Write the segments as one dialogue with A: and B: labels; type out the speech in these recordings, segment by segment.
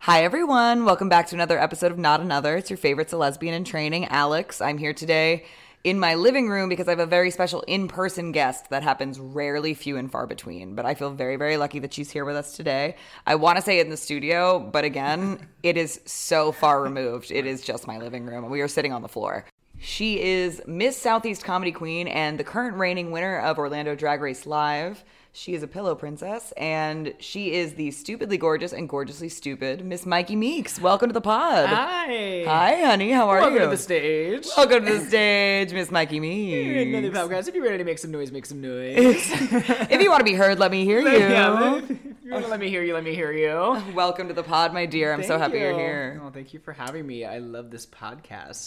A: Hi, everyone. Welcome back to another episode of Not Another. It's your favorite a lesbian in training, Alex. I'm here today in my living room because I have a very special in person guest that happens rarely, few and far between. But I feel very, very lucky that she's here with us today. I want to say in the studio, but again, it is so far removed. It is just my living room. We are sitting on the floor. She is Miss Southeast Comedy Queen and the current reigning winner of Orlando Drag Race Live. She is a pillow princess, and she is the stupidly gorgeous and gorgeously stupid Miss Mikey Meeks. Welcome to the pod.
B: Hi.
A: Hi, honey. How are
B: Welcome
A: you?
B: to the stage.
A: Welcome to the stage, Miss Mikey
B: Here in Nelly
A: Meeks.
B: Podcast. If you're ready to make some noise, make some noise.
A: if you want to be heard, let me hear you.
B: Yeah, if you wanna let me hear you. Let me hear you.
A: Welcome to the pod, my dear. I'm so
B: Thank
A: happy you. are
B: you.
A: here.
B: Oh, thank you for having me. I love this podcast.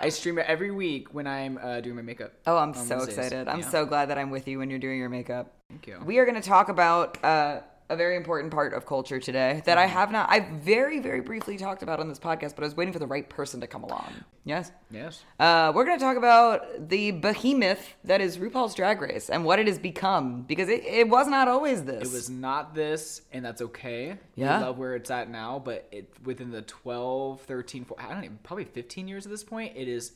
B: I stream it every week when I'm uh, doing my makeup.
A: Oh, I'm
B: on
A: so
B: Wednesdays.
A: excited. I'm
B: Yeah.
A: so glad that I'm with you when you're doing your makeup.
B: Thank you.
A: We are going to talk about uh, a very important part of culture today that
B: Mm-hmm.
A: I have not, I very, very briefly talked about on this podcast, but I was waiting for the right person to come along. Yes.
B: Yes.
A: Uh, we're going to talk about the behemoth that is RuPaul's Drag Race and what it has become because it, it was not always this.
B: It was not this, and that's okay.
A: Yeah.
B: We love where it's at now, but it within the 12, 13, 14, I don't even, probably 15 years at this point, it is,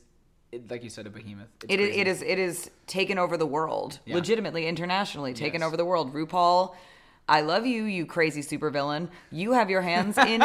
B: it, like you said, a behemoth. It's
A: It,
B: crazy.
A: it is it is taken over the world
B: Yeah.
A: legitimately internationally taken
B: Yes.
A: over the world RuPaul I love you you crazy supervillain you have your hands in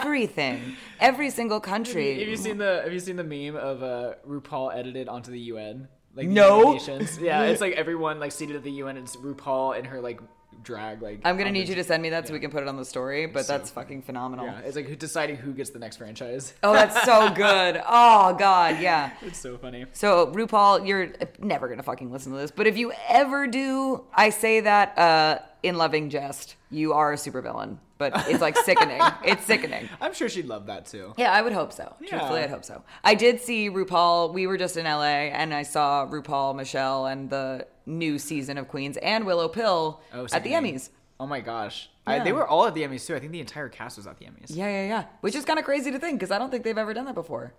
A: everything every single country
B: Have you seen the Have you seen the meme of uh, RuPaul edited onto the UN? Like the
A: No.
B: United Nations? Yeah, it's like everyone like seated at the UN. It's RuPaul and her like drag. Like
A: I'm gonna
B: on
A: need
B: the-
A: you to send me that so we can put it on the story but that's fucking phenomenal
B: Yeah, it's like who- deciding who gets the next franchise.
A: oh that's so good oh god yeah
B: It's so funny.
A: So RuPaul, you're never gonna fucking listen to this, but if you ever do, I say that uh, in loving jest, you are a supervillain. But it's like sickening. It's sickening.
B: I'm sure she'd love that too.
A: Yeah, I would hope so. Truthfully, I'd hope so. I did see RuPaul. We were just in LA, and I saw RuPaul, Michelle, and the new season of Queens and Willow Pill
B: Oh,
A: at the
B: sickening.
A: Emmys.
B: Oh my gosh, I,
A: Yeah.
B: they were all at the Emmys too. I think the entire cast was at the Emmys.
A: Yeah, yeah, yeah. Which is kind of crazy to think because I don't think they've ever done that before.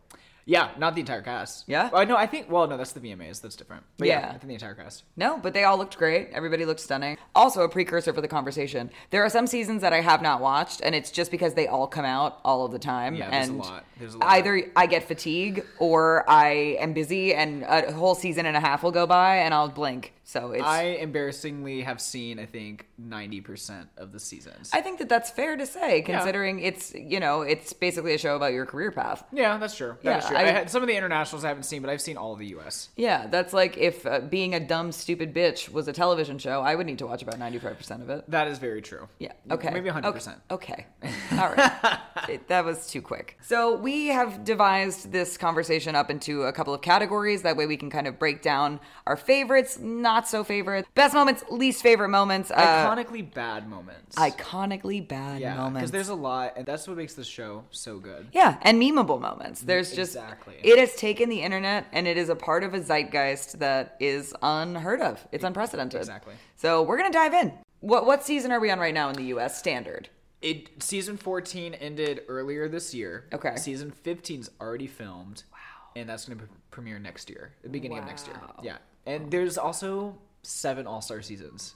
B: Yeah, not the entire cast.
A: Yeah?
B: Oh, no, I think. Well, no, that's the VMAs. That's different. But
A: Yeah.
B: I think the entire cast.
A: No, but they all looked great. Everybody looked stunning. Also, a precursor for the conversation. There are some seasons that I have not watched, and it's just because they all come out all of the time.
B: Yeah, there's a
A: and
B: lot. There's a lot.
A: Either I get fatigue or I am busy, and a whole season and a half will go by, and I'll blink. So it's.
B: I
A: I,
B: embarrassingly have seen, I think, 90% of the seasons.
A: think that that's fair to say, considering it's you know it's basically a show about your career path.
B: Yeah, that's true. That's
A: Yeah,
B: true.
A: I-
B: I, had, some of the internationals I haven't seen, but I've seen all of the U.S.
A: Yeah, that's like if uh, being a dumb, stupid bitch was a television show, I would need to watch about ninety-five percent of it.
B: That is very true.
A: Yeah. Okay.
B: Maybe 100%.
A: Okay. okay. All right. It- that was too quick. So we have devised this conversation up into a couple of categories. That way we can kind of break down our favorites, not so favorites, best moments, least favorite moments, uh,
B: Iconically bad moments.
A: iconically bad
B: yeah,
A: moments.
B: because there's a lot, and that's what makes the show so good.
A: yeah, and memeable moments. There's just
B: Exactly.
A: it has taken the internet and it is a part of a zeitgeist that is unheard of. It's unprecedented.
B: E, exactly.
A: So we're gonna dive in. What what season are we on right now in the U.S. standard?
B: It season 14 ended earlier this year.
A: Okay.
B: Season 15's already filmed. Wow. And that's going to premiere next year, the beginning of next year.
A: Wow.
B: Yeah. And there's also seven All Star seasons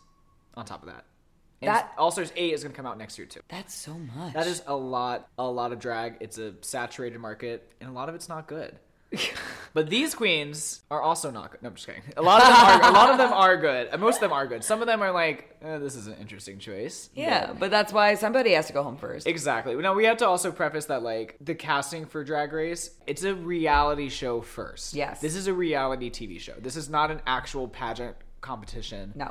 B: on top of that. And
A: That-
B: All Stars 8 is going to come out next year, too.
A: That's so much.
B: That is a lot, a lot of drag. It's a saturated market, and a lot of it's not good. but these queens are also not good. No, I'm just kidding. A lot of them are. a lot of them are good. Uh, Most of them are good. Some of them are like, eh, this is an interesting choice.
A: Yeah, but that's why somebody has to go home first.
B: Exactly. Now we have to also preface that like the casting for Drag Race, it's a reality show first.
A: Yes.
B: This is a reality TV show. This is not an actual pageant competition.
A: No.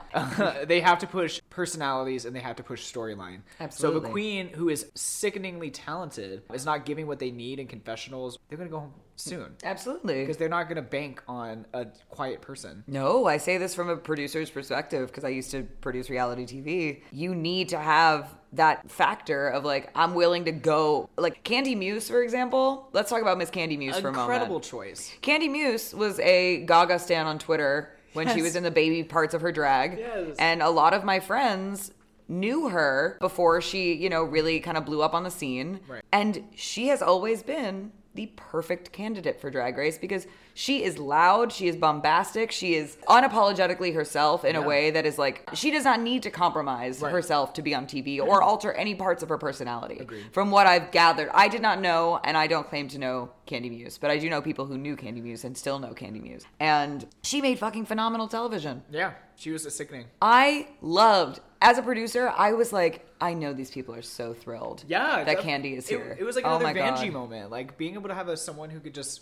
B: they have to push personalities and they have to push storyline. So if
A: Absolutely.
B: a queen who is sickeningly talented is not giving what they need in confessionals, they're gonna go home soon.
A: Absolutely.
B: Because they're not gonna bank on a quiet person.
A: No, I say this from a producer's perspective because I used to produce reality TV. You need to have that factor of like, I'm willing to go. Like Candy Muse, for example. Let's talk about Miss Candy Muse for a moment.
B: Incredible choice.
A: Candy Muse was a Gaga stan on Twitter when she
B: Yes.
A: was in the baby parts of her drag.
B: Yes.
A: And a lot of my friends knew her before she, you know, really kind of blew up on the scene.
B: Right.
A: And she has always been the perfect candidate for Drag Race because she is loud, she is bombastic, she is unapologetically herself in a
B: Yeah.
A: way that is like she does not need to compromise
B: Right.
A: herself to be on TV or alter any parts of her personality.
B: Agreed.
A: From what I've gathered, I did not know, and I don't claim to know Candy Muse, but I do know people who knew Candy Muse and still know Candy Muse. And she made fucking phenomenal television.
B: Yeah, she was a sickening.
A: I loved. As a producer, I was like, I know these people are so thrilled.
B: Yeah,
A: that, Candy is
B: it-
A: here.
B: It, was like
A: Oh
B: another
A: my
B: Vanjie
A: God.
B: moment, like being able to have a, someone who could just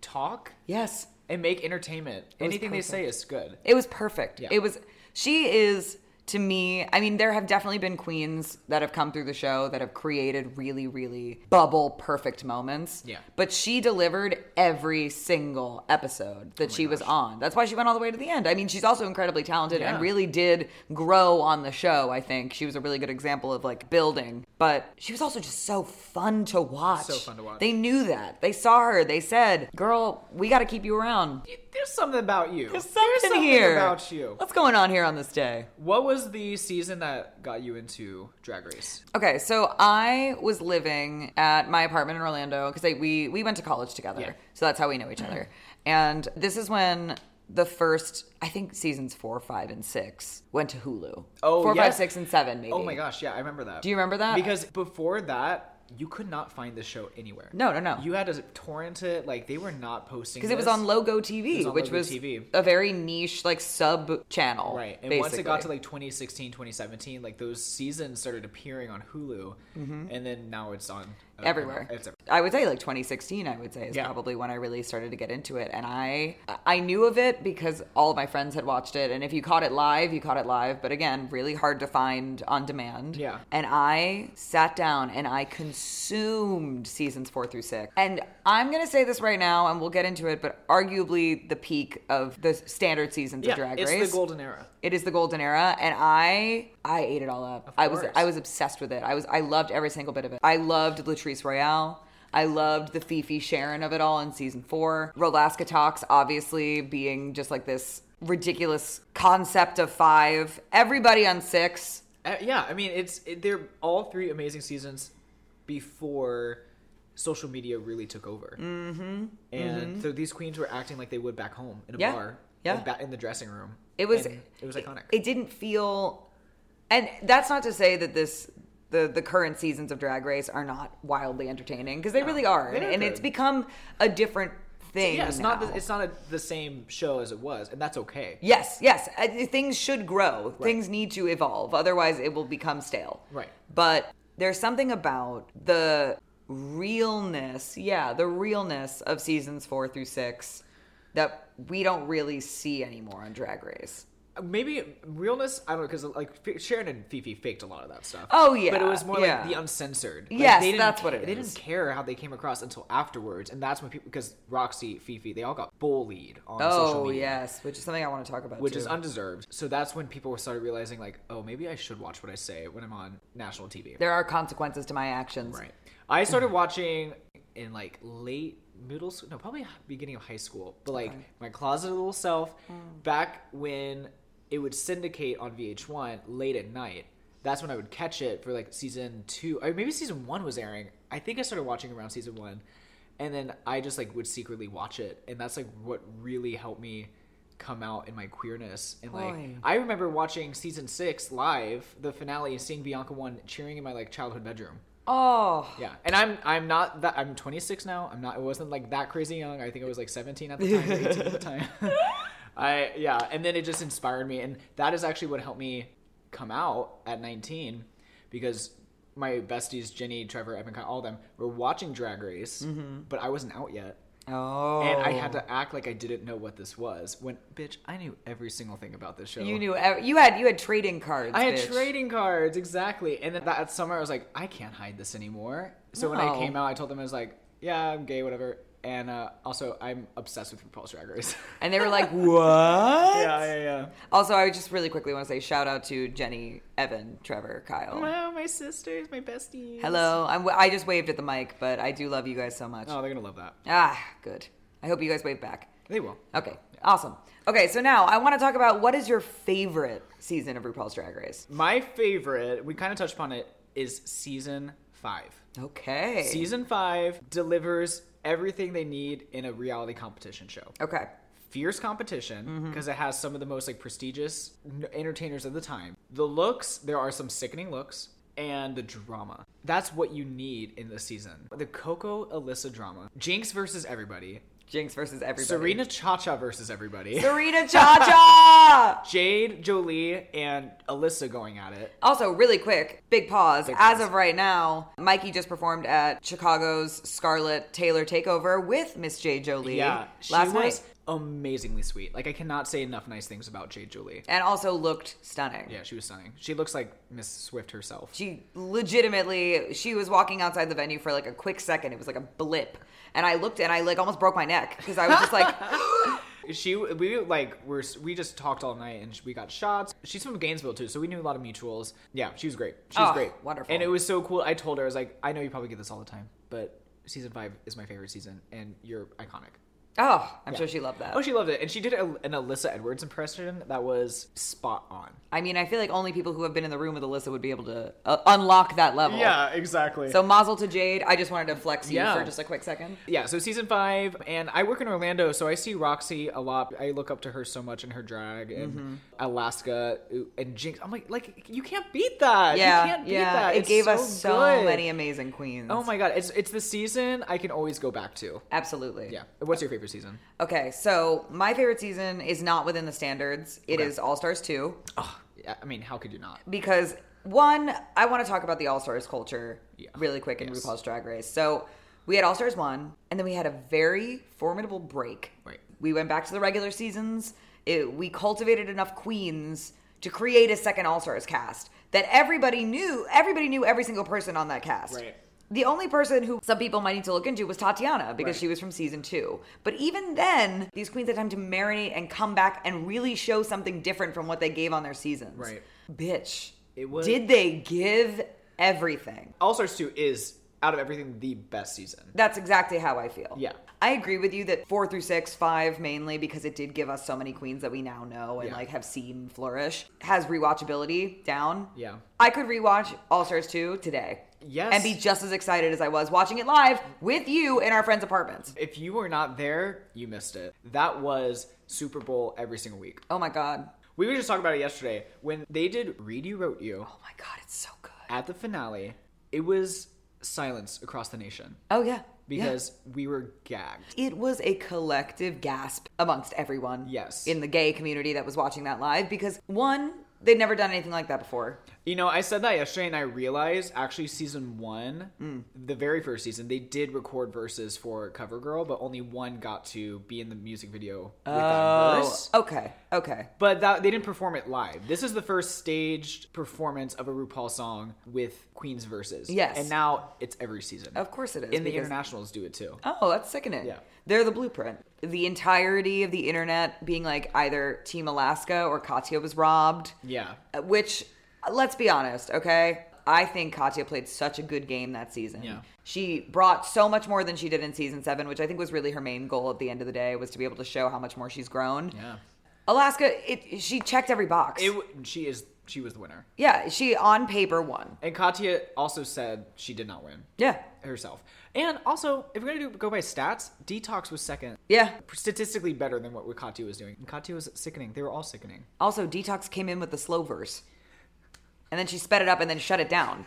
B: talk
A: Yes,
B: and make entertainment.
A: was
B: Anything they
A: perfect.
B: say is good.
A: It was perfect.
B: Yeah.
A: It was. She is to me. I mean, there have definitely been queens that have come through the show that have created really, really bubble perfect moments.
B: Yeah.
A: But she delivered every single episode
B: Oh
A: that she was on. That's why she went all the way to the end. I mean, she's also incredibly talented and
B: Yeah.
A: really did grow on the show. I think she was a really good example of like building. But she was also just so fun to watch.
B: So fun to watch.
A: They knew that. They saw her. They said, "Girl, we got to keep you around."
B: There's something about you.
A: There's something, here
B: about you.
A: What's going on here on this day?
B: What was the season that got you into Drag Race?
A: Okay, so I was living at my apartment in Orlando because we we went to college together,
B: Yeah.
A: so that's how we know each other. And this is when the first, I think, seasons four, five, and six went to Hulu.
B: Oh,
A: Four,
B: yeah.
A: five, six, and seven, maybe.
B: Oh my gosh, yeah, I remember that.
A: Do you remember that?
B: Because before that, you could not find the show anywhere.
A: No, no, no.
B: You had to torrent it. Like they were not posting
A: because it was
B: this.
A: on Logo TV,
B: It was on
A: which
B: Logo
A: was
B: TV.
A: a very niche, like sub channel,
B: Right. And once it got to like 2016, 2017, like those seasons started appearing on Hulu. And then now it's on uh,
A: Mm-hmm. everywhere.
B: It's everywhere.
A: I would say like 2016. I would say is
B: Yeah.
A: probably when I really started to get into it, and I I knew of it because all of my friends had watched it, and if you caught it live, you caught it live. But again, really hard to find on demand.
B: Yeah.
A: And I sat down and I consumed seasons four through six, and I'm gonna say this right now, and we'll get into it, but arguably the peak of the standard seasons
B: Yeah,
A: of Drag
B: it's
A: Race.
B: the golden era.
A: It is the golden era, and I I ate it all up. I was
B: course.
A: I was obsessed with it. I was I loved every single bit of it. I loved Latrice Royale. I loved the Fifi Sharon of it all in season four. Rolaska talks obviously being just like this ridiculous concept of five. Everybody on six.
B: Uh, yeah, I mean, it's it, they're all three amazing seasons before social media really took over. Mm-hmm. And so these queens were acting like they would back home in a
A: Mm-hmm. Yeah,
B: bar,
A: yeah.
B: in, ba- in the dressing room.
A: It was
B: And it was iconic.
A: It, didn't feel, and that's not to say that this the the current seasons of Drag Race are not wildly entertaining because they really are,
B: they are
A: and it's
B: good.
A: become a different thing.
B: yeah, it's not
A: now.
B: the, it's not a, the same show as it was, and that's okay.
A: Yes, yes. I, things should grow. Things need to evolve. Otherwise, it will become stale.
B: Right.
A: But there's something about the realness, yeah, the realness of seasons four through six that we don't really see anymore on Drag Race.
B: Maybe realness, I don't know, because like F- Sharon and Fifi faked a lot of that stuff.
A: Oh, yeah,
B: but it was more
A: yeah.
B: like the uncensored. Like,
A: Yes,
B: they didn't
A: that's what it
B: They
A: is.
B: didn't care how they came across until afterwards, and that's when people because Roxy, Fifi, they all got bullied on social
A: Oh,
B: media.
A: yes, which is something I want to talk about.
B: which is
A: too.
B: undeserved. So that's when people started realizing, like, oh, maybe I should watch what I say when I'm on national TV.
A: there are consequences to my actions.
B: Right. I started watching in like late middle school, no, probably beginning of high school, but like my closeted little self back when it would syndicate on VH1 late at night. That's when I would catch it for like season two, or maybe season one was airing. I think I started watching around season one, and then I just like would secretly watch it, and that's like what really helped me come out in my queerness. And like,
A: Boy.
B: I remember watching season six live, the finale, and seeing Bianca one cheering in my like childhood bedroom.
A: Oh,
B: Yeah, and I'm I'm not that I'm 26 now. I'm not. I wasn't like that crazy young. I think I was like 17 at the time, 18 at the time. I yeah, and then it just inspired me, and that is actually what helped me come out at 19, because my besties Jenny, Trevor, Evan, all of them were watching Drag Race, but I wasn't out yet.
A: Mm-hmm. oh.
B: And I had to act like I didn't know what this was. When bitch, I knew every single thing about this show.
A: You knew ev- you had you had trading cards.
B: I had
A: bitch.
B: trading cards, exactly. And then that summer, I was like, I can't hide this anymore. So when
A: No.
B: I came out, I told them I was like, yeah, I'm gay, whatever. And uh, also, I'm obsessed with RuPaul's Drag Race.
A: and they were like, "What?"
B: yeah, yeah.
A: Also, I just really quickly want to say shout out to Jenny, Evan, Trevor, Kyle.
B: Wow, my sisters, my besties.
A: Oh. Hello. I'm, I just waved at the mic, but I do love you guys so much.
B: Oh, they're gonna love that.
A: Ah, good. I hope you guys wave back.
B: They will.
A: Okay, awesome. Okay, so now I want to talk about what is your favorite season of RuPaul's Drag Race?
B: My favorite, we kind of touched upon it, is season five.
A: Okay.
B: Season five delivers everything they need in a reality competition show.
A: Okay.
B: Fierce competition
A: Mm-hmm.
B: because it has some of the most like prestigious n- entertainers of the time. The looks, there are some sickening looks, and the drama. That's what you need in the season. The Coco Alyssa drama, Jinx versus everybody,
A: Jinx versus everybody.
B: Serena Cha Cha versus everybody.
A: Serena Cha Cha.
B: Jade, Jolie, and Alyssa going at it.
A: Also, really quick, big pause. As
B: pause.
A: of right now, Mikey just performed at Chicago's Scarlet Taylor Takeover with Miss J. Jolie
B: Yeah, she
A: last
B: was
A: night,
B: amazingly sweet. Like I cannot say enough nice things about Jade Jolie.
A: and also looked stunning.
B: Yeah, she was stunning. She looks like Miss Swift herself.
A: She legitimately, she was walking outside the venue for like a quick second. It was like a blip, and I looked and I like almost broke my neck because I was just like,
B: She, we like, were we just talked all night and we got shots. She's from Gainesville too, so we knew a lot of mutuals. Yeah, she was great. She was
A: Oh,
B: great,
A: wonderful.
B: And it was so cool. I told her I was like, I know you probably get this all the time, but season five is my favorite season, and you're iconic.
A: oh, I'm sure she loved that.
B: Oh, she loved it, and she did a, an Alyssa Edwards impression that was spot on.
A: I mean, I feel like only people who have been in the room with Alyssa would be able to uh, unlock that level.
B: exactly.
A: So Mazel to Jade. I just wanted to flex you
B: Yeah.
A: for just a quick second.
B: Yeah, so season five, and I work in Orlando, so I see Roxy a lot. I look up to her so much in her drag and
A: Mm-hmm.
B: Alaska and Jinx. I'm like, like you can't beat that.
A: yeah,
B: you can't beat
A: yeah.
B: that.
A: It
B: It's
A: gave us so
B: good.
A: many amazing queens.
B: Oh my god, it's it's the season I can always go back to.
A: Absolutely.
B: Yeah. What's your favorite season?
A: Okay, so my favorite season is not within the standards. It is All Stars 2
B: Oh, yeah, I mean, how could you not?
A: because one, I want to talk about the All Stars culture
B: Yeah.
A: really quick in
B: Yes.
A: RuPaul's Drag Race. So we had All Stars 1 and then we had a very formidable break.
B: Right.
A: We went back to the regular seasons. It, we cultivated enough queens to create a second All Stars cast that everybody knew. Everybody knew every single person on that cast.
B: Right.
A: The only person who some people might need to look into was Tatiana because
B: Right.
A: she was from season two. But even then, these queens had time to marinate and come back and really show something different from what they gave on their seasons.
B: Right.
A: Bitch.
B: It was-
A: Did they give everything?
B: All Stars Two is out of everything the best season.
A: That's exactly how I feel.
B: Yeah.
A: I agree with you that four through six, five mainly because it did give us so many queens that we now know and
B: Yeah.
A: like have seen flourish, has rewatchability down.
B: Yeah.
A: I could rewatch All Stars 2 today.
B: Yes.
A: And be just as excited as I was watching it live with you in our friends' apartments.
B: If you were not there, you missed it. That was Super Bowl every single week.
A: Oh my God.
B: We were just talking about it yesterday when they did "Read You Wrote You"
A: Oh my God, it's so good.
B: at the finale. It was silence across the nation
A: Oh yeah. Yeah.
B: because we were gagged.
A: it was a collective gasp amongst everyone.
B: Yes.
A: In the gay community that was watching that live because one, they'd never done anything like that before.
B: You know, I said that yesterday, and I realized actually season one,
A: Mm.
B: the very first season, they did record verses for CoverGirl, but only one got to be in the music video with
A: Oh.
B: that verse.
A: Okay. Okay.
B: But that, they didn't perform it live. This is the first staged performance of a RuPaul song with Queen's verses.
A: Yes.
B: and now it's every season.
A: Of course it is.
B: and the
A: because-
B: internationals do it too.
A: Oh, that's sickening.
B: Yeah.
A: They're the blueprint. The entirety of the internet being like either Team Alaska or Katya was robbed.
B: Yeah,
A: Uh, Which, let's be honest, okay? I think Katya played such a good game that season.
B: Yeah.
A: She brought so much more than she did in season seven, which I think was really her main goal at the end of the day, was to be able to show how much more she's grown.
B: yeah.
A: Alaska, it, she checked every box.
B: It, w- she is. She was the winner.
A: yeah, she on paper won.
B: And Katya also said she did not win
A: Yeah.
B: herself. And also, if we're gonna do, go by stats, Detox was second,
A: Yeah.
B: statistically better than what Katya was doing. And Katya was sickening. They were all sickening.
A: Also, Detox came in with the slow verse. And then she sped it up and then shut it down,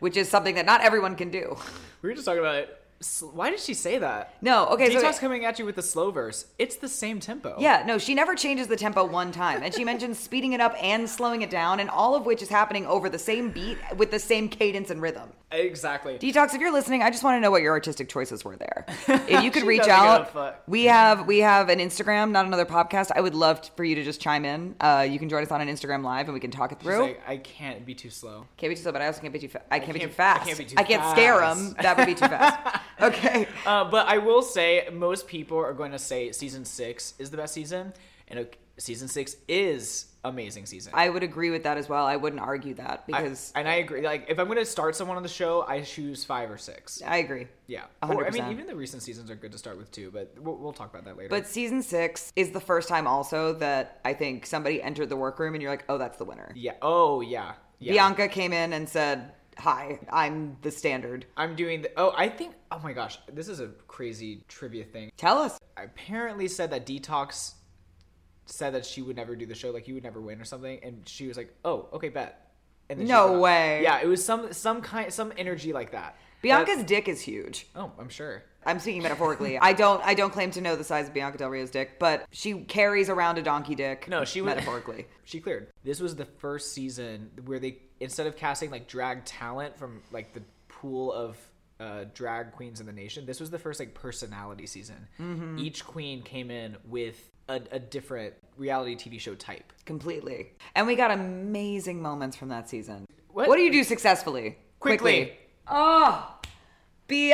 A: which is something that not everyone can do.
B: We were just talking about it. S- Why did she say that?
A: No, okay, so-
B: Detox coming at you with the slow verse. It's the same tempo.
A: Yeah, no, she never changes the tempo one time. And she mentions speeding it up and slowing it down, and all of which is happening over the same beat with the same cadence and rhythm.
B: Exactly.
A: Detox, if you're listening, I just want to know what your artistic choices were there. If you could
B: She
A: reach
B: doesn't give a
A: out,
B: fuck.
A: we have we have an Instagram, not another podcast. I would love t- for you to just chime in. Uh, you can join us on an Instagram live, and we can talk it
B: She's
A: through.
B: like, I can't be too slow.
A: Can't be too slow, but I also can't be too. Fa- I can't be too
B: can't- I
A: fast.
B: can't be too
A: I can't scare
B: fast.
A: them. That would be too fast. Okay.
B: Uh, but I will say, most people are going to say season six is the best season, and uh, season six is amazing season.
A: I would agree with that as well. I wouldn't argue that
B: I-
A: because
B: and I agree. Like, if I'm going to start someone on the show, I choose five or six.
A: I agree.
B: Yeah,
A: A
B: Or,
A: hundred
B: I mean,
A: percent.
B: even the recent seasons are good to start with too, but we'll, we'll talk about that later.
A: But season six is the first time also that I think somebody entered the workroom and you're like, oh, that's the winner.
B: yeah, oh yeah, yeah.
A: Bianca came in and said, high. I'm the standard.
B: I'm doing the. Oh, I think. Oh my gosh, this is a crazy trivia thing.
A: Tell us.
B: I apparently said that Detox said that she would never do the show, like you would never win or something, and she was like, "Oh, okay, bet." And she
A: No
B: went on.
A: way.
B: Yeah, it was some some kind some energy like that.
A: Bianca's dick is huge.
B: Oh, I'm sure.
A: I'm speaking metaphorically. I don't I don't claim to know the size of Bianca Del Rio's dick, but she carries around a donkey dick.
B: No, she was
A: metaphorically.
B: She cleared. This was the first season where they instead of casting like drag talent from like the pool of uh, drag queens in the nation, this was the first like personality season. Each queen came in with a, a different reality TV show type.
A: Completely. And we got amazing moments from that season. What,
B: What?
A: do you do successfully?
B: Quickly.
A: Oh,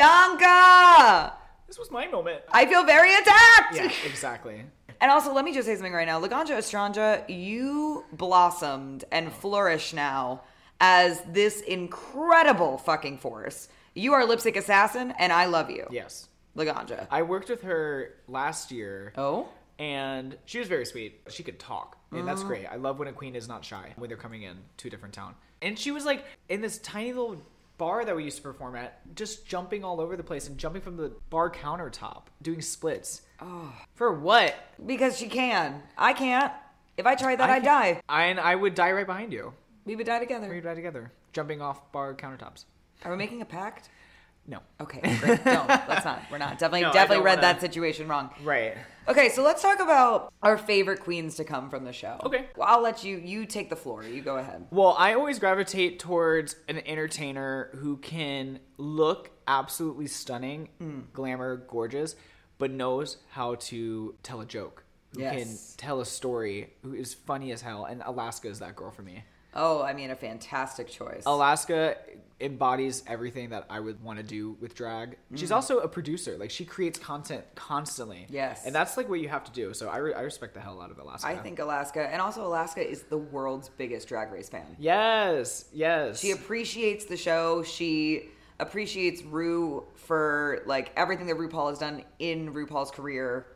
A: Bianca!
B: This was my moment.
A: I feel very attacked!
B: Yeah, exactly.
A: And also, let me just say something right now. Laganja Estranja, you blossomed and flourish now as this incredible fucking force. You are lipstick assassin, and I love you,
B: Yes,
A: Laganja.
B: I worked with her last year.
A: Oh,
B: and she was very sweet. She could talk, and
A: Mm-hmm.
B: that's great. I love when a queen is not shy when they're coming in to a different town. And she was like in this tiny little bar that we used to perform at, just jumping all over the place and jumping from the bar countertop, doing splits. For what?
A: because she can. I can't. If I tried that,
B: I
A: I'd
B: can't-
A: die.
B: I, and I would die right behind you.
A: We would die together.
B: We'd die together, jumping off bar countertops.
A: Are we making a pact?
B: No.
A: Okay, great. no, let's not. We're not. Definitely,
B: No, I
A: definitely
B: don't
A: read
B: wanna-
A: that situation wrong.
B: Right.
A: Okay, so let's talk about our favorite queens to come from the show.
B: Okay.
A: well, I'll let you. You take the floor. You go ahead.
B: Well, I always gravitate towards an entertainer who can look absolutely stunning,
A: Hmm.
B: glamour, gorgeous, but knows how to tell a joke. Who
A: Yes.
B: can tell a story, who is funny as hell. And Alaska is that girl for me.
A: Oh, I mean, a fantastic choice.
B: Alaska embodies everything that I would want to do with drag.
A: Hmm.
B: She's also a producer. Like, she creates content constantly.
A: Yes.
B: And that's like what you have to do. So I, re- I respect the hell out of Alaska.
A: I think Alaska, and also Alaska is the world's biggest drag race fan.
B: Yes. Yes.
A: She appreciates the show. She appreciates Rue for like everything that RuPaul has done in RuPaul's career.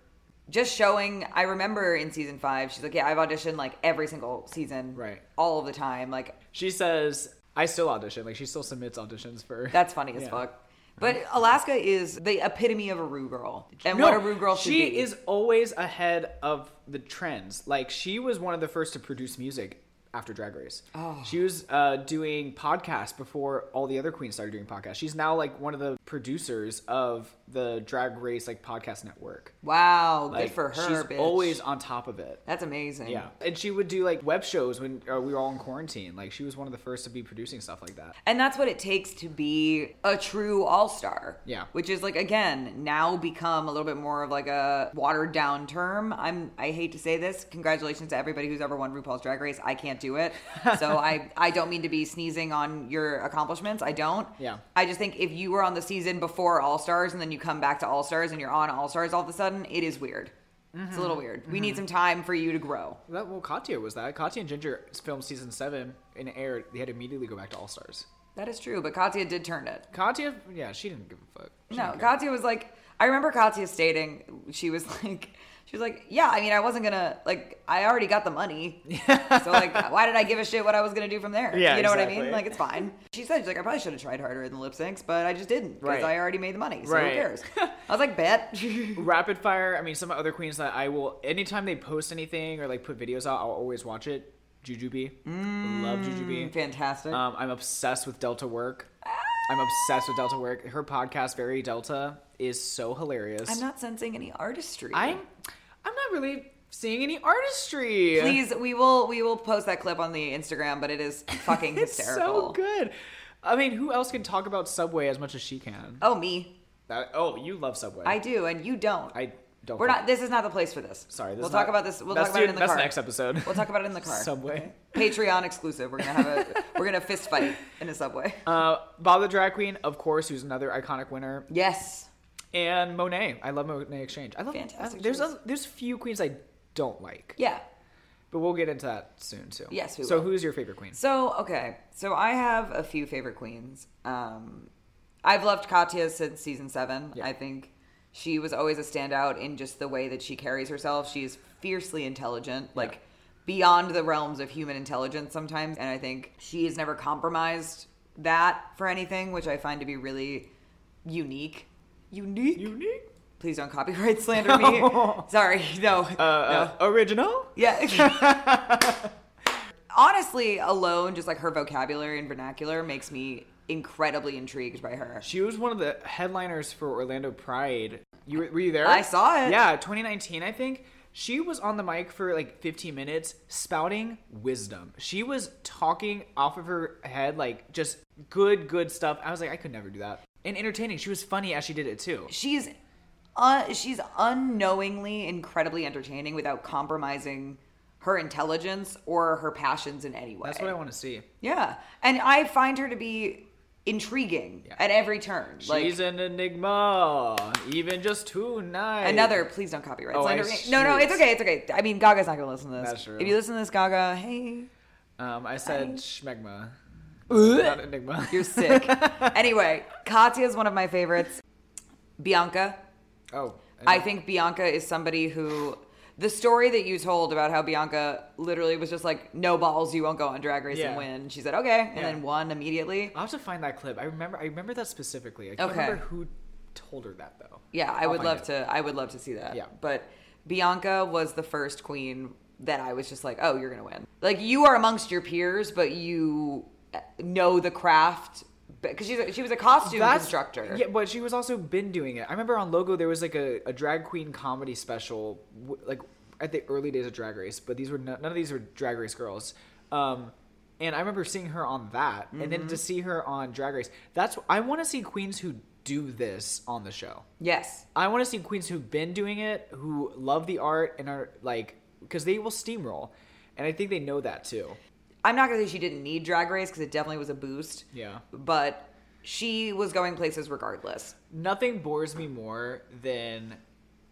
A: Just showing, I remember in season five, she's like, Yeah, I've auditioned like every single season.
B: Right.
A: All of the time. Like,
B: She says, I still audition. Like, she still submits auditions for.
A: that's funny as
B: Yeah.
A: fuck. But Alaska is the epitome of a Rue girl and
B: No,
A: what a Rue girl should
B: she
A: be.
B: is always ahead of the trends. Like, she was one of the first to produce music after Drag Race. Oh. She was uh, doing podcasts before all the other queens started doing podcasts. She's now, like, one of the producers of the Drag Race, like, podcast network.
A: Wow.
B: Like,
A: good for her,
B: She's
A: bitch.
B: always on top of it.
A: That's amazing.
B: Yeah. And she would do, like, web shows when uh, we were all in quarantine. Like, she was one of the first to be producing stuff like that.
A: And that's what it takes to be a true all star.
B: Yeah.
A: Which is like again now become a little bit more of like a watered down term. I'm I hate to say this. Congratulations to everybody who's ever won RuPaul's Drag Race. I can't do it, so I I don't mean to be sneezing on your accomplishments. I don't.
B: Yeah.
A: I just think if you were on the season before All Stars and then you come back to All Stars and you're on All Stars all of a sudden, it is weird. It's a little
B: Mm-hmm.
A: weird. We need some time for you to grow.
B: That, well, Katya was that. Katya and Ginger filmed season seven and it aired. They had to immediately go back to All Stars.
A: That is true, but Katya did turn it.
B: Katya, yeah, she didn't give a fuck. She
A: No,
B: didn't care.
A: Katya was like, I remember Katya stating she was like, she was like, yeah, I mean, I wasn't gonna like, I already got the money, so like, why did I give a shit what I was gonna do from there?
B: Yeah,
A: you know what I mean?
B: exactly.
A: Like, it's fine. She said she's like, I probably should have tried harder in the lip syncs, but I just didn't because
B: Right.
A: I already made the money, so who
B: Right.
A: cares? I was like, bet.
B: Rapid Fire. I mean, some other queens that I will. Anytime they post anything or like put videos out, I'll always watch it. Jujubee,
A: Mm.
B: love Jujubee.
A: Fantastic.
B: Um, I'm obsessed with Delta Work. I'm obsessed with Delta Work. Her podcast, Very Delta, is so hilarious.
A: I'm not sensing any artistry.
B: I'm, I'm not really seeing any artistry.
A: Please, we will we will post that clip on the Instagram, but it is fucking
B: it's
A: hysterical.
B: so good. I mean, who else can talk about Subway as much as she can?
A: Oh me,
B: That- oh, you love Subway.
A: I do, and you don't.
B: I don't.
A: We're
B: fuck-
A: not. This is not the place for this.
B: Sorry, this
A: we'll
B: is
A: talk
B: not-
A: about this. We'll
B: that's
A: talk about
B: the-
A: it in the
B: that's
A: car.
B: next episode.
A: We'll talk about it in the car.
B: Subway.
A: Patreon exclusive. We're gonna have a. we're gonna fist fight in a subway.
B: Uh, Bob the Drag Queen, of course, who's another iconic winner,
A: Yes.
B: and Monet. I love Monet Exchange. I love.
A: Fantastic
B: I- there's
A: choice.
B: a, there's few queens I don't like,
A: Yeah.
B: but we'll get into that soon too.
A: Yes, we
B: so
A: will.
B: who's your favorite queen?
A: So okay. So I have a few favorite queens. Um, I've loved Katya since season seven.
B: Yeah.
A: I think she was always a standout in just the way that she carries herself. She is fiercely intelligent. Like. Beyond the realms of human intelligence, sometimes, and I think she has never compromised that for anything, which I find to be really unique. Unique?
B: Unique.
A: Please don't copyright slander me. Sorry, no.
B: Uh, uh, original.
A: yeah.
B: Hmm.
A: Honestly, alone, just like her vocabulary and vernacular makes me incredibly intrigued by her.
B: She was one of the headliners for Orlando Pride. You were, were you there?
A: I saw it.
B: Yeah, 2019, I think. She was on the mic for like 15 minutes spouting wisdom. She was talking off of her head like just good good stuff. I was like I could never do that. And entertaining. She was funny as she did it too.
A: She's uh, she's unknowingly incredibly entertaining without compromising her intelligence or her passions in any way.
B: That's what I want to see.
A: Yeah. And I find her to be intriguing at every turn.
B: She's an enigma. Even just two nights.
A: Another, please don't copyright.
B: Oh,
A: slander
B: I
A: me. no, no,
B: see.
A: it's okay, it's okay. I mean, Gaga's not gonna listen to this.
B: That's true.
A: If you listen to this, Gaga, hey,
B: Um, I said schmegma.
A: you're
B: Not enigma.
A: sick. anyway, Katya is one of my favorites. Bianca,
B: oh.
A: I think Bianca is somebody who. The story that you told about how Bianca literally was just like, no balls, you won't go on Drag Race
B: Yeah.
A: and win. She said, okay, and
B: Yeah.
A: then won immediately.
B: I'll have to find that clip. I remember. I remember that specifically. I can't
A: Okay.
B: remember who told her that though.
A: Yeah, I
B: I'll
A: would
B: find
A: love
B: it.
A: to. I would love to see that.
B: Yeah.
A: But Bianca was the first queen that I was just like, oh, you're gonna win. Like you are amongst your peers, but you know the craft because she's a, she was a costume constructor.
B: Yeah, but she was also been doing it. I remember on Logo there was like a, a drag queen comedy special, w- like at the early days of Drag Race. But these were no, none of these were Drag Race girls. Um, and I remember seeing her on that, and then
A: Mm-hmm.
B: to see her on Drag Race. That's I want to see queens who do this on the show.
A: Yes.
B: I want to see queens who've been doing it, who love the art, and are like because they will steamroll, and I think they know that too.
A: I'm not gonna say she didn't need Drag Race because it definitely was a boost.
B: Yeah.
A: But she was going places regardless.
B: Nothing bores me more than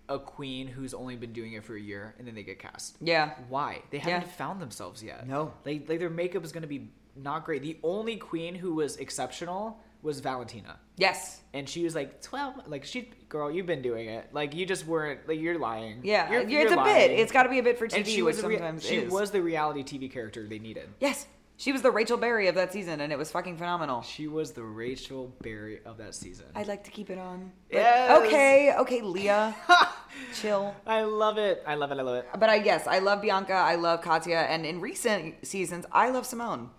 B: a queen who's only been doing it for a year and then they get cast.
A: Yeah.
B: Why? They
A: Yeah.
B: haven't found themselves yet.
A: No.
B: Like, like their makeup is going to be not great. The only queen who was exceptional was Valentina.
A: Yes.
B: And she was like 12. Like, she, girl, you've been doing it. Like, you just weren't, like, you're lying.
A: Yeah.
B: You're-
A: it's
B: you're
A: a
B: lying.
A: bit. It's got to be a bit for TV,
B: and she
A: which
B: was, a rea-
A: sometimes
B: she
A: is.
B: was the reality TV character they needed.
A: yes. She was the Rachel Berry of that season, and it was fucking phenomenal.
B: She was the Rachel Berry of that season.
A: I'd like to keep it on. Like,
B: Yes.
A: Okay, okay, Leah. Chill.
B: I love it. I love it. I love it.
A: But I yes, I love Bianca, I love Katya, and in recent seasons, I love Simone.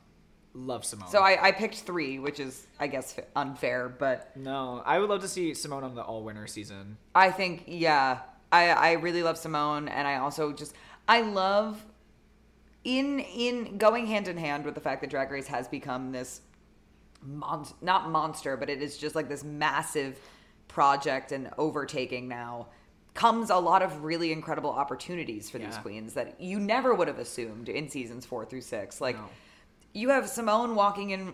B: Love Simone.
A: So I, I picked three, which is I guess f- unfair, but
B: No, I would love to see Simone on the All Winner season.
A: I think yeah, I I really love Simone, and I also just I love in in going hand in hand with the fact that Drag Race has become this mon- not monster, but it is just like this massive project and overtaking now comes a lot of really incredible opportunities for these
B: Yeah.
A: queens that you never would have assumed in seasons 4 through 6. Like
B: No.
A: you have Simone walking in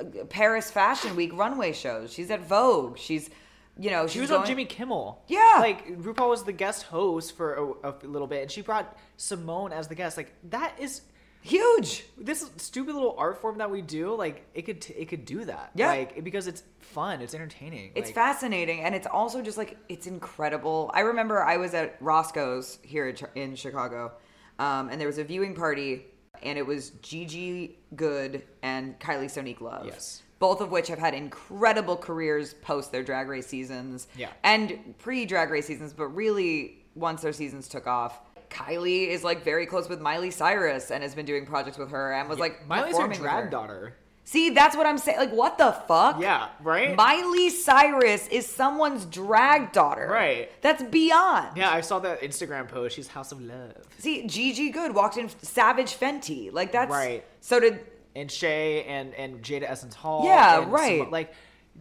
A: uh, Paris Fashion Week runway shows. She's at Vogue. She's you know, she's
B: She was on
A: going-
B: Jimmy Kimmel.
A: Yeah.
B: like RuPaul was the guest host for a, a little bit, and she brought Simone as the guest. Like that is
A: huge.
B: this stupid little art form that we do. Like it could it could do that.
A: Yeah.
B: like because it's fun. It's entertaining.
A: It's
B: like,
A: fascinating, and it's also just like it's incredible. I remember I was at Roscoe's here in Chi- in Chicago, um, and there was a viewing party, and it was Gigi Good and Kylie Sonique Love.
B: Yes.
A: Both of which have had incredible careers post their drag race seasons.
B: Yeah.
A: And pre drag race seasons, but really once their seasons took off. Kylie is like very close with Miley Cyrus and has been doing projects with her and was like
B: Miley's her
A: performing with
B: drag
A: her.
B: daughter.
A: See, that's what I'm saying. Like, what the fuck?
B: Yeah, right?
A: Miley Cyrus is someone's drag daughter.
B: Right.
A: That's beyond.
B: Yeah, I saw that Instagram post. She's House of Love
A: See, Gigi Good walked in Savage Fenty. Like, that's.
B: Right.
A: So did.
B: and Shay and and Jada Essence Hall.
A: Yeah,
B: and
A: right.
B: Simone- like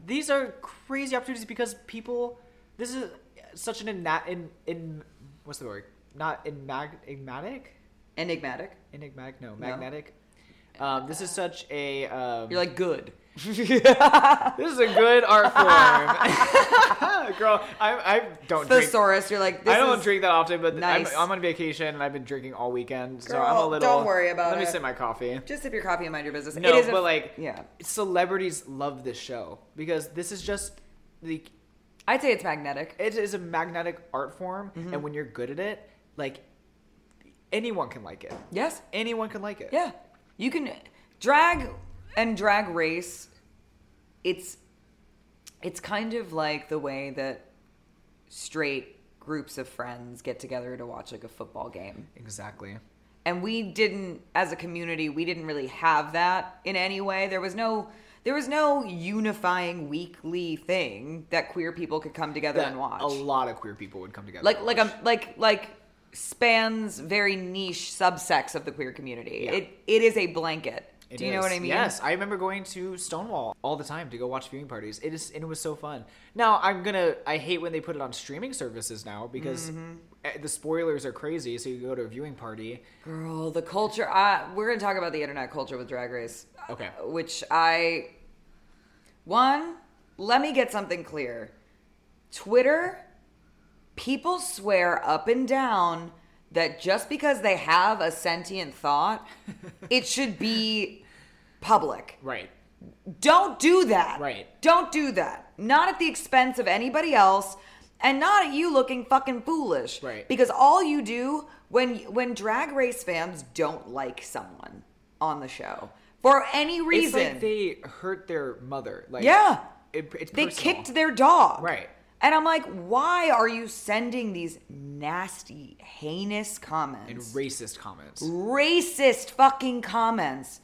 B: these are crazy opportunities because people. This is such an ena- in in what's the word? Not enmag- enigmatic,
A: Enigmatic.
B: enigmatic. No, magnetic. Um, this is such a. Um,
A: You're like, good.
B: this is a good art form, girl. I I don't drink.
A: Thesaurus. You're like, this
B: I don't
A: is.
B: drink that often, but
A: nice.
B: I'm, I'm on vacation and I've been drinking all weekend, so
A: Girl,
B: I'm a little.
A: don't worry about
B: Let me
A: it.
B: sip my coffee.
A: Just sip your coffee and mind your business.
B: No,
A: it is a-
B: but like,
A: Yeah.
B: celebrities love this show because this is just the
A: I'd say it's magnetic.
B: it is a magnetic art form,
A: Mm-hmm.
B: and when you're good at it, like anyone can like it.
A: Yes.
B: Anyone can like it.
A: Yeah. You can drag and drag race it's it's kind of like the way that straight groups of friends get together to watch like a football game.
B: Exactly.
A: and we didn't as a community we didn't really have that in any way there was no there was no unifying weekly thing that queer people could come together
B: That
A: and watch
B: a lot of queer people would come together.
A: like
B: to
A: like um,
B: watch.
A: a like like spans very niche subsects of the queer community
B: Yeah.
A: it it is a blanket
B: It
A: do you know what
B: is.
A: i mean
B: Yes, I remember going to Stonewall all the time to go watch viewing parties. It is, and it was so fun. Now I'm gonna. I hate when they put it on streaming services now because
A: Mm-hmm.
B: eh, the spoilers are crazy. So you go to a viewing party.
A: girl the culture I, we're gonna talk about the internet culture with drag race
B: Okay.
A: which I one let me get something clear. Twitter people swear up and down that just because they have a sentient thought, it should be public.
B: Right.
A: Don't do that.
B: Right.
A: Don't do that. Not at the expense of anybody else and not at you looking fucking foolish.
B: Right.
A: Because all you do when when drag race fans don't like someone on the show for any
B: It's
A: reason.
B: like they hurt their mother. Like
A: Yeah.
B: it, it's
A: They
B: personal.
A: kicked their dog.
B: Right.
A: And I'm like, why are you sending these nasty, heinous
B: and
A: comments,
B: racist comments.
A: racist fucking comments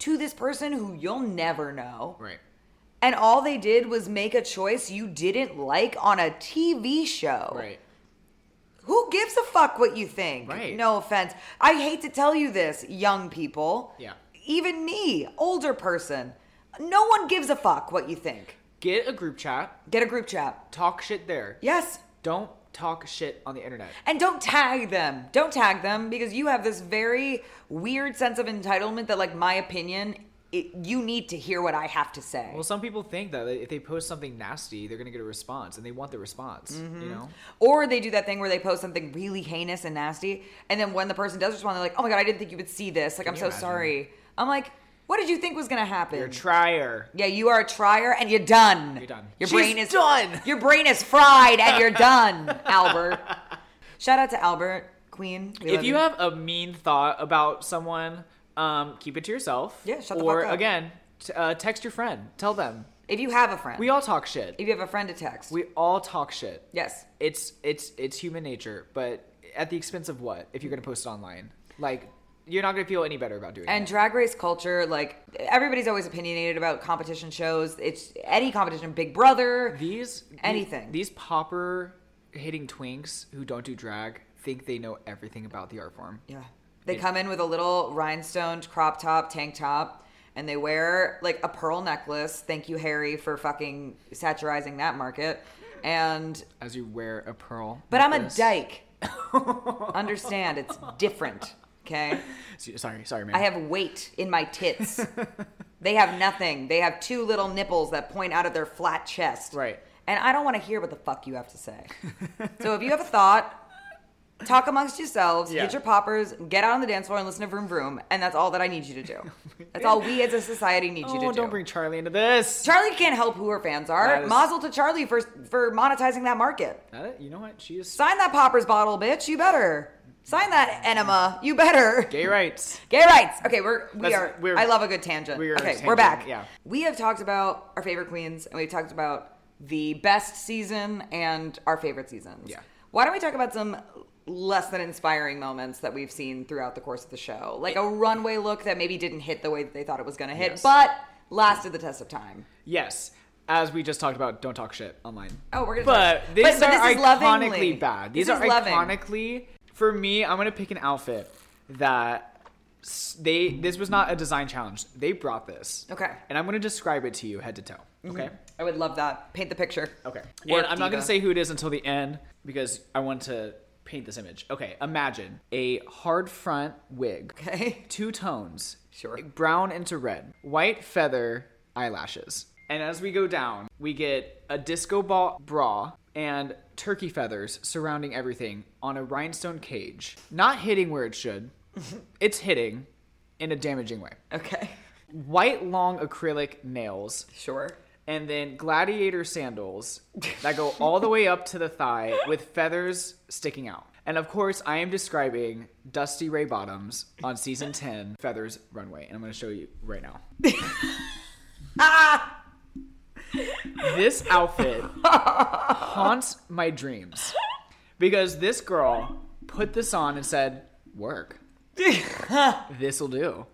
A: to this person who you'll never know?
B: Right.
A: And all they did was make a choice you didn't like on a TV show.
B: Right.
A: Who gives a fuck what you think?
B: Right.
A: No offense. I hate to tell you this, young people.
B: Yeah.
A: Even me, older person. No one gives a fuck what you think.
B: Get a group chat.
A: Get a group chat.
B: Talk shit there.
A: Yes.
B: Don't talk shit on the internet.
A: And don't tag them. Don't tag them because you have this very weird sense of entitlement that, like, my opinion, it, you need to hear what I have to say.
B: Well, some people think that if they post something nasty, they're gonna get a response, and they want the response.
A: Mm-hmm.
B: You know.
A: Or they do that thing where they post something really heinous and nasty. And then when the person does respond, they're like, oh my God, I didn't think you would see this. Like, I'm
B: you
A: so
B: imagine?
A: sorry. I'm like, what did you think was going to happen?
B: You're a trier.
A: yeah, you are a trier and you're done.
B: You're done.
A: Your
B: She's
A: brain is
B: done.
A: Your brain is fried and you're done, Albert. Shout out to Albert, Queen. We
B: if
A: love
B: you have a mean thought about someone, um, keep it to yourself.
A: Yeah, shut the
B: or,
A: fuck up.
B: again, t- uh, text your friend. Tell them.
A: if you have a friend,
B: We all talk shit.
A: if you have a friend to text,
B: We all talk shit.
A: yes.
B: It's it's it's human nature, but at the expense of what? If you're gonna post it online, like you're not gonna feel any better about doing
A: And
B: it.
A: drag race culture, like everybody's always opinionated about competition shows. It's any competition, Big Brother.
B: These
A: anything.
B: These popper hitting twinks who don't do drag think they know everything about the art form.
A: Yeah. They
B: Yeah.
A: come in with a little rhinestoned crop top, tank top, and they wear like a pearl necklace. Thank you, Harry, for fucking satirizing that market. And,
B: As you wear a pearl.
A: but I'm a
B: necklace.
A: dyke. Understand, it's different. Okay.
B: So- Sorry, sorry, man.
A: I have weight in my tits. they have nothing. They have two little nipples that point out of their flat chest.
B: Right.
A: And I don't want to hear what the fuck you have to say. so if you have a thought, talk amongst yourselves,
B: Yeah.
A: get your poppers, get out on the dance floor and listen to Vroom Vroom. And that's all that I need you to do. that's all we as a society need you to
B: Oh,
A: do.
B: don't bring Charlie into this.
A: Charlie can't help who her fans are.
B: That is-
A: Mazel to Charlie for, for monetizing that market.
B: Uh, you know what? She is
A: Sign that poppers bottle, bitch. You better. Sign that enema. You better.
B: gay rights.
A: Gay rights. Okay, we're we
B: That's-
A: are.
B: we're-
A: I love a good tangent.
B: we are
A: okay,
B: tangent,
A: we're back.
B: yeah.
A: we have talked about our favorite queens, and we've talked about the best season and our favorite seasons.
B: Yeah.
A: Why don't we talk about some less than inspiring moments that we've seen throughout the course of the show, like a runway look that maybe didn't hit the way that they thought it was going to hit,
B: Yes.
A: but lasted the test of time.
B: Yes, as we just talked about, don't talk shit online.
A: Oh, we're gonna.
B: But
A: talk-
B: these
A: but- but
B: are
A: this is
B: iconically
A: lovingly.
B: bad.
A: This
B: These are
A: is loving.
B: iconically. For me, I'm gonna pick an outfit that s- they. This was not a design challenge. They brought this.
A: Okay.
B: And I'm gonna describe it to you head to toe. Okay.
A: I would love that. Paint the picture.
B: Okay.
A: Work,
B: and I'm not
A: diva.
B: going to say who it is until the end because I want to paint this image. Okay. Imagine a hard front wig.
A: Okay.
B: Two tones.
A: Sure.
B: Brown into red. White feather eyelashes. And as we go down, we get a disco ball bra and turkey feathers surrounding everything on a rhinestone cage. Not hitting where it should. it's hitting in a damaging way.
A: Okay.
B: White long acrylic nails
A: Sure.
B: and then gladiator sandals that go all the way up to the thigh with feathers sticking out. And of course, I am describing Dusty Ray Bottoms on season 10 Feathers Runway, and I'm going to show you right now.
A: Ah.
B: this outfit haunts my dreams because this girl put this on and said, "Work. This will do."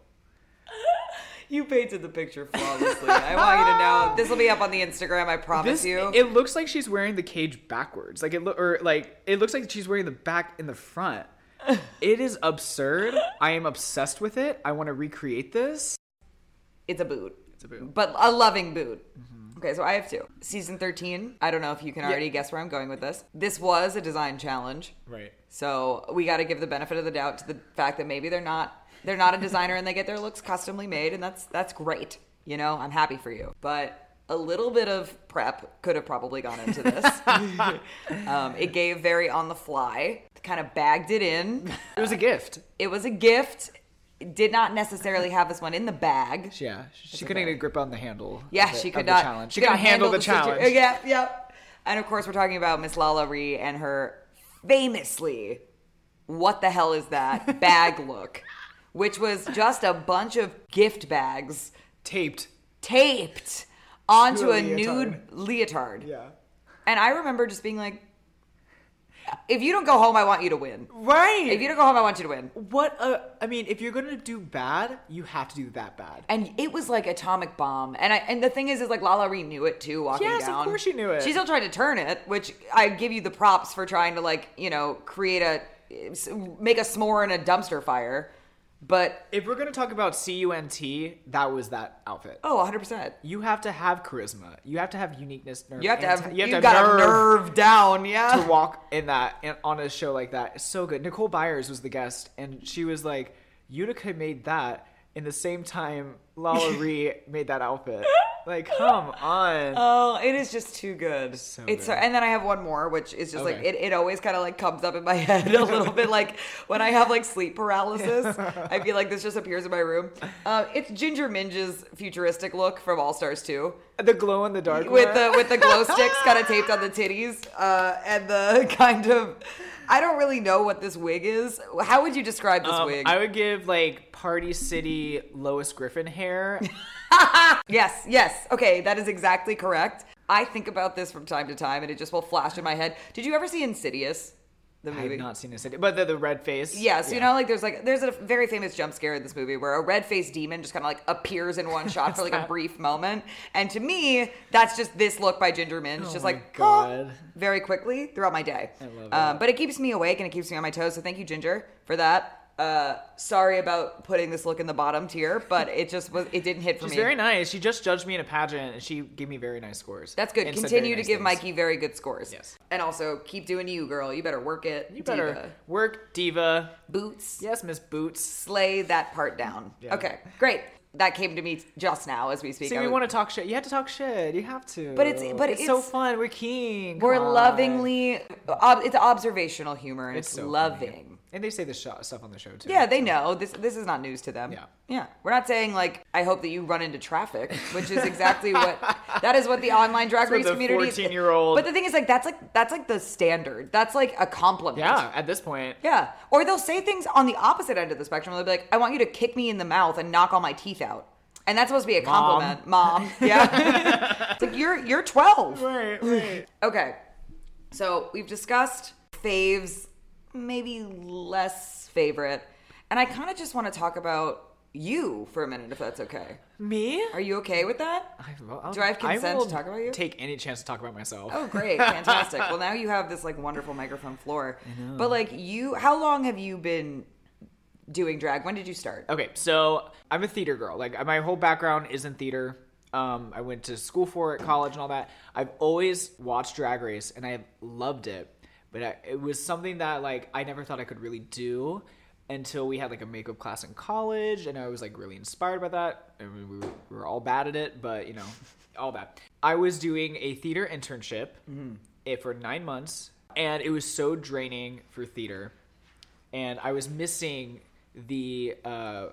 A: you painted the picture flawlessly. I want you to know this will be up on the Instagram. I promise
B: This
A: you.
B: it looks like she's wearing the cage backwards. Like it lo- or like it looks like she's wearing the back in the front. It is absurd. I am obsessed with it. I want to recreate this.
A: it's a boot.
B: It's a boot. Mm-hmm.
A: but a loving boot. Okay, so I have two. Season 13, I don't know if you can already guess where I'm going with this. This was a design challenge.
B: Right.
A: So we got to give the benefit of the doubt to the fact that maybe they're not they're not a designer and they get their looks customly made and that's that's great. You know, I'm happy for you. But a little bit of prep could have probably gone into this. um, it gave very on the fly, kind of bagged it in.
B: It was a gift.
A: It was a gift. Did not necessarily have this one in the bag.
B: Yeah, she couldn't get a grip on the handle.
A: Yeah,
B: of the-
A: she
B: of
A: could
B: the
A: not.
B: challenge. She, couldn't handle, the,
A: situ-
B: challenge.
A: Yeah, yep. And of course, we're talking about Miss Lala Ree and her famously, what the hell is that bag look, which was just a bunch of gift bags
B: Taped.
A: taped onto
B: To
A: a,
B: a
A: nude
B: leotard.
A: leotard.
B: Yeah.
A: And I remember just being like, if you don't go home, I want you to win.
B: Right.
A: If you don't go home, I want you to win.
B: what a. I mean, if you're gonna do bad, you have to do that bad.
A: and it was like atomic bomb. And I and the thing is, is like Lala Ree knew it too. Walking
B: Yes, of
A: down,
B: course she knew it.
A: She still tried to turn it, which I give you the props for trying to like you know create a make a s'more in a dumpster fire. But
B: If we're gonna talk about cunt, that was that outfit.
A: oh, 100 percent.
B: You have to have charisma. You have to have uniqueness. Nerve.
A: You have to
B: and-
A: have
B: You
A: you,
B: have to have
A: got a
B: nerve
A: nerve down, yeah.
B: to walk in that and on a show like that. It's so good. Nicole Byers was the guest, and she was like, "Utica made that." In the same time, Lala Ree made that outfit. Like, come on.
A: Oh, it is just too good. it's so,
B: good.
A: and then I have one more, which is just like
B: Okay.
A: it, it always kind of like comes up in my head a little bit, like when I have like sleep paralysis. I feel like this just appears in my room. Uh, it's Ginger Minge's futuristic look from All Stars Two
B: The glow in the dark
A: with the with the glow sticks kind of taped on the titties uh, and the kind of I don't really know what this wig is. How would you describe this wig?
B: Um, I would give like Party City Lois Griffin hair.
A: Yes, yes. Okay, that is exactly correct. I think about this from time to time, and it just will flash in my head. Did you ever see Insidious? The
B: I've not seen this, but the, the red face.
A: Yes, you know, like there's like there's a very famous jump scare in this movie where a red faced demon just kind of like appears in one shot for like a brief moment, and to me, that's just this look by Ginger Minj, It's just
B: Oh my
A: like
B: God.
A: "Huh," very quickly throughout my day. I
B: love
A: Um, but it keeps me awake and it keeps me on my toes. So thank you, Ginger, for that. Uh, sorry about putting this look in the bottom tier, but it just was it didn't hit for
B: She's
A: me.
B: very nice. She just judged me in a pageant, and she gave me very nice scores.
A: That's good.
B: And said very
A: Continue to
B: nice
A: give
B: things.
A: Mikey very good scores.
B: Yes.
A: And also keep doing you, girl. You better work it.
B: You better
A: diva.
B: work, diva.
A: boots.
B: Yes, Miss Boots.
A: Slay that part down.
B: Yeah.
A: Okay, great. That came to me just now as we speak.
B: See,
A: I
B: we
A: was-
B: want to talk shit. You have to talk shit. You have to.
A: But it's- but
B: it's, so
A: it's-
B: fun. We're king.
A: We're
B: Come on.
A: lovingly. Ob, it's observational humor and it's,
B: It's so funny.
A: loving.
B: and they say the sh- stuff on the show too.
A: Yeah, they know this. This is not news to them.
B: Yeah.
A: yeah. We're not saying like I hope that you run into traffic, which is exactly what that is what the online drag
B: what
A: race
B: the
A: community.
B: 14-year-old
A: But the thing is, like that's like that's like the standard. That's like a compliment.
B: Yeah. At this point,
A: Yeah. Or they'll say things on the opposite end of the spectrum. They'll be like, I want you to kick me in the mouth and knock all my teeth out. And that's supposed to be a
B: Mom.
A: compliment. Mom. Yeah. it's like you're you're 12.
B: right, right.
A: Okay. So we've discussed faves, maybe less favorite. And I kind of just want to talk about you for a minute, if that's okay.
B: me?
A: Are you okay with that?
B: I, well, I'll-
A: Do I have consent
B: will
A: to talk about you?
B: Take any chance to talk about myself.
A: Oh, great. Fantastic. well, now you have this like wonderful microphone floor. But like you, how long have you been doing drag? When did you start?
B: Okay, so I'm a theater girl. Like my whole background is in theater. Um, I went to school for it, college, and all that. I've always watched Drag Race, and I loved it. But I, it was something that like I never thought I could really do until we had like a makeup class in college, and I was like really inspired by that. And we, we, were, we were all bad at it, but you know, all that. I was doing a theater internship eh, for nine months, and it was so draining for theater and I was missing the uh,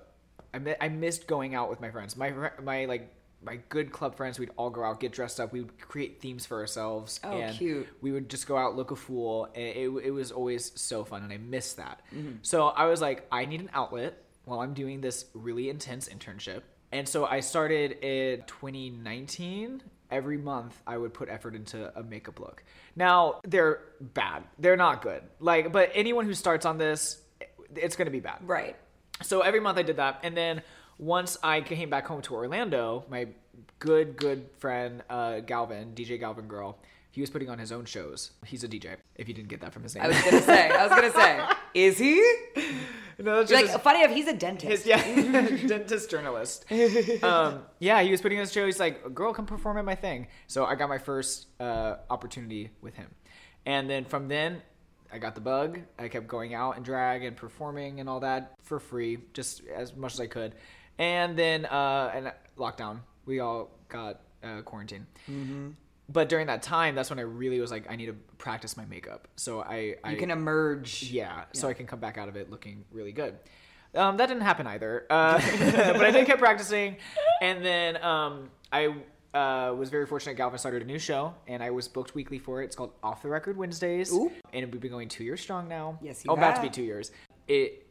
B: I, mi- I missed going out with my friends. My fr- my like my good club friends. We'd all go out, get dressed up. We would create themes for ourselves.
A: Oh,
B: and
A: cute.
B: We would just go out, look a fool. And it it was always so fun, and I missed that. So I was like, I need an outlet while I'm doing this really intense internship. And so I started in 2019. every month I would put effort into a makeup look. Now, they're bad. They're not good. Like, but anyone who starts on this, it's going to be bad.
A: Right.
B: So every month I did that, and then once I came back home to Orlando, my good good friend uh, Galvin, DJ Galvin Girl, he was putting on his own shows. He's a DJ. If you didn't get that from his name,
A: I was gonna say. I was gonna say. Is he?
B: no, that's
A: Like
B: just
A: funny enough, he's a dentist.
B: his, his- yeah, dentist journalist. Um, yeah, he was putting on his show. He's like, "Girl, come perform at my thing." So I got my first uh, opportunity with him, and then from then. I got the bug. I kept going out and drag and performing and all that for free, just as much as I could. And then uh, and lockdown, we all got uh, quarantine.
A: Mm-hmm.
B: But during that time, that's when I really was like, I need to practice my makeup. So I, I
A: you can emerge.
B: yeah, so I can come back out of it looking really good. Um, that didn't happen either, uh, but I did keep practicing, and then um, I uh, was very fortunate. Galvin started a new show, and I was booked weekly for it. It's called Off the Record Wednesdays,
A: Ooh.
B: and we've been going two years strong now.
A: Yes, you
B: oh, about to be
A: have.
B: two years. It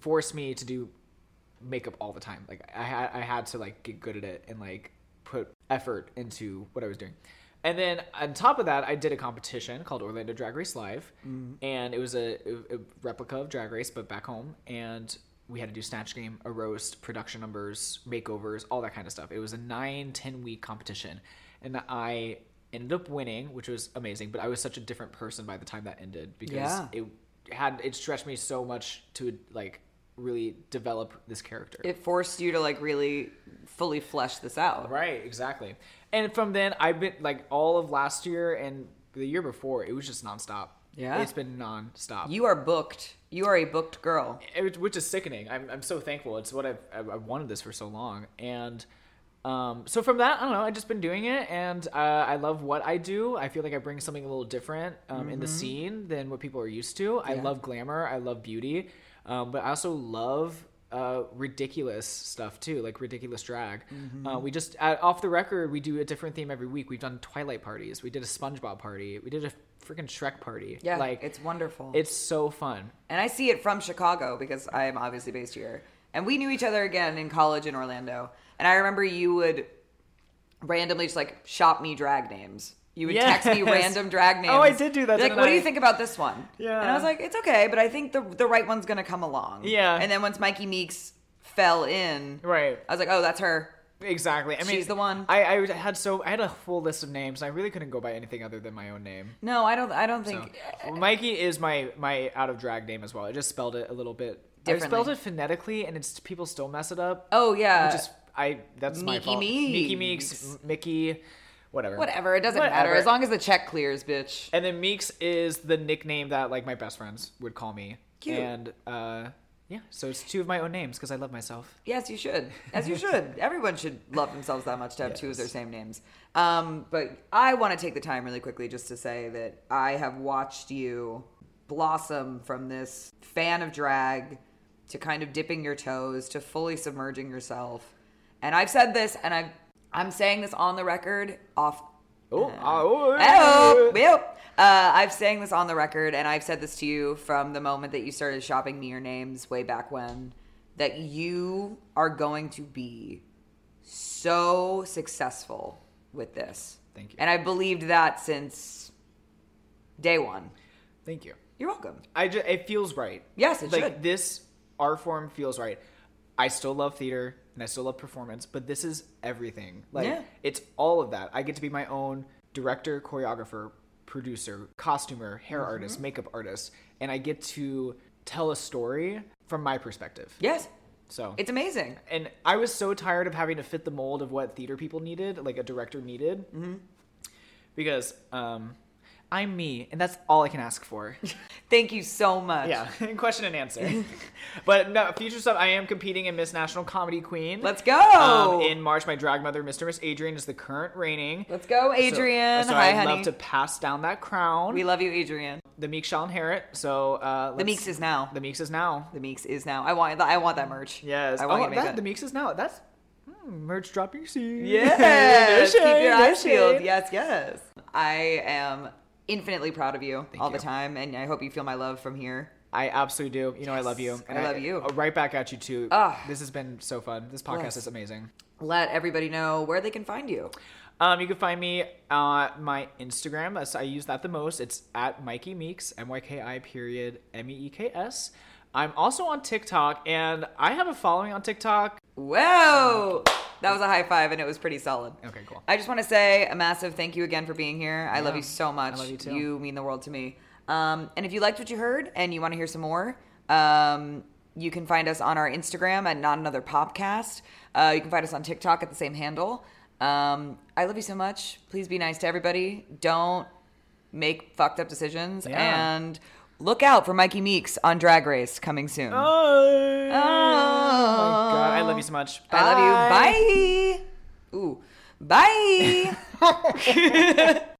B: forced me to do makeup all the time. Like I had, I had to like get good at it and like put effort into what I was doing. And then on top of that, I did a competition called Orlando Drag Race Live, and it was a, a replica of Drag Race but back home. And we had to do snatch game, a roast, production numbers, makeovers, all that kind of stuff. It was a nine, ten week competition, and I ended up winning, which was amazing. But I was such a different person by the time that ended because
A: Yeah.
B: it had it stretched me so much to like really develop this character.
A: It forced you to like really fully flesh this out.
B: right, exactly. And from then I've been like all of last year and the year before, it was just nonstop.
A: Yeah.
B: It's been nonstop.
A: You are booked. You are a booked girl.
B: It- which is sickening. I'm, I'm so thankful. It's what I've, I've I've wanted this for so long. And um, so from that, I don't know. I've just been doing it, and uh, I love what I do. I feel like I bring something a little different um, in the scene than what people are used to. I love glamour. I love beauty, um, but I also love. Uh, ridiculous stuff too, like ridiculous drag. Uh, we just at, off the record, we do a different theme every week. We've done Twilight parties, we did a SpongeBob party, we did a freaking Shrek party.
A: Yeah,
B: like it's
A: it's wonderful.
B: it's so fun.
A: and I see it from Chicago because I am obviously based here. And we knew each other again in college in Orlando. And I remember you would randomly just like shop me drag names. You would text me
B: Yes.
A: random drag names.
B: Oh, I did do that,
A: You're Like,
B: didn't
A: what do
B: I?"
A: you think about this one?
B: Yeah.
A: And I was like, it's okay, but I think the the right one's gonna come along.
B: Yeah.
A: And then once Mikey Meeks fell in,
B: Right.
A: I was like, oh, that's her.
B: Exactly. I mean,
A: She's the one.
B: I, I had so I had a full list of names. And I really couldn't go by anything other than my own name.
A: No, I don't. I don't
B: So.
A: think.
B: Mikey is my my out of drag name as well. I just spelled it a little bit. I
A: Differently.
B: spelled it phonetically, and it's people still mess it up.
A: Oh yeah.
B: which is I that's my
A: Meeky
B: fault.
A: Meeks.
B: Meeky Meeks, M- Mickey, whatever.
A: Whatever, it doesn't matter.
B: Whatever.
A: As long as the check clears, bitch.
B: And then Meeks is the nickname that like my best friends would call me.
A: Cute.
B: And uh, yeah, so it's two of my own names because I love myself.
A: Yes, you should. As you should. Everyone should love themselves that much to have two of
B: Yes.
A: their same names. Um, but I want to take the time really quickly just to say that I have watched you blossom from this fan of drag to kind of dipping your toes to fully submerging yourself. And I've said this, and I've, I'm saying this on the record, off
B: Oh, oh,
A: Oh, yep. Uh, I've saying this on the record, and I've said this to you from the moment that you started shopping me your names way back when, that you are going to be so successful with this.
B: Thank you.
A: And I believed that since day one.
B: thank you.
A: You're welcome.
B: I just, it feels right.
A: Yes, it
B: like
A: should.
B: this art form feels right. I still love theater and I still love performance, but this is everything. Like
A: Yeah.
B: it's all of that. I get to be my own director, choreographer, producer, costumer, hair
A: Mm-hmm.
B: artist, makeup artist, and I get to tell a story from my perspective.
A: Yes,
B: So
A: it's amazing.
B: and I was so tired of having to fit the mold of what theater people needed, like a director needed, mm-hmm. because um, I'm me, and that's all I can ask for.
A: Thank you so much.
B: Yeah, question and answer. but no, future stuff. I am competing in Miss National Comedy Queen.
A: Let's go.
B: Um, in March, my drag mother, Mr. Miss Adrian, is the current reigning.
A: Let's go, Adrian.
B: So, so
A: Hi,
B: I'd
A: honey.
B: love to pass down that crown.
A: we love you, Adrian.
B: the Meek shall inherit. So uh,
A: The
B: let's-
A: Meeks is now.
B: the Meeks is now.
A: The Meeks is now. I want. I want that merch.
B: Yes.
A: I want
B: oh,
A: you to make
B: that-
A: that.
B: the Meeks is now. That's hmm, merch dropping soon.
A: Yes, keep
B: No shade,
A: your
B: no
A: eyes peeled.
B: shade.
A: Yes, yes. I am infinitely proud of you all
B: you.
A: the time, and I hope you feel my love from here.
B: I absolutely do. You know, I love you.
A: I love you.
B: Right back at you too.
A: Ah.
B: This has been so fun. This podcast
A: Bless.
B: is amazing.
A: Let everybody know where they can find you.
B: Uh, Um, you can find me on my Instagram. That's, I use that the most. It's at Mikey Meeks, M Y K I period M E E K S. I'm also on TikTok, and I have a following on TikTok.
A: Whoa! That was a high five, and it was pretty solid.
B: Okay, cool.
A: I just want to say a massive thank you again for being here. I love you so much.
B: I love you too.
A: mean the world to me. Um, and if you liked what you heard and you want to hear some more, um, you can find us on our Instagram at Not Another Popcast. Uh, you can find us on TikTok at the same handle. Um, I love you so much. Please be nice to everybody. Don't make fucked up decisions.
B: Yeah.
A: And look out for Mikey Meeks on Drag Race coming soon.
B: Oh, God, I love you so much.
A: Oh, I love you. Bye. Ooh. Bye.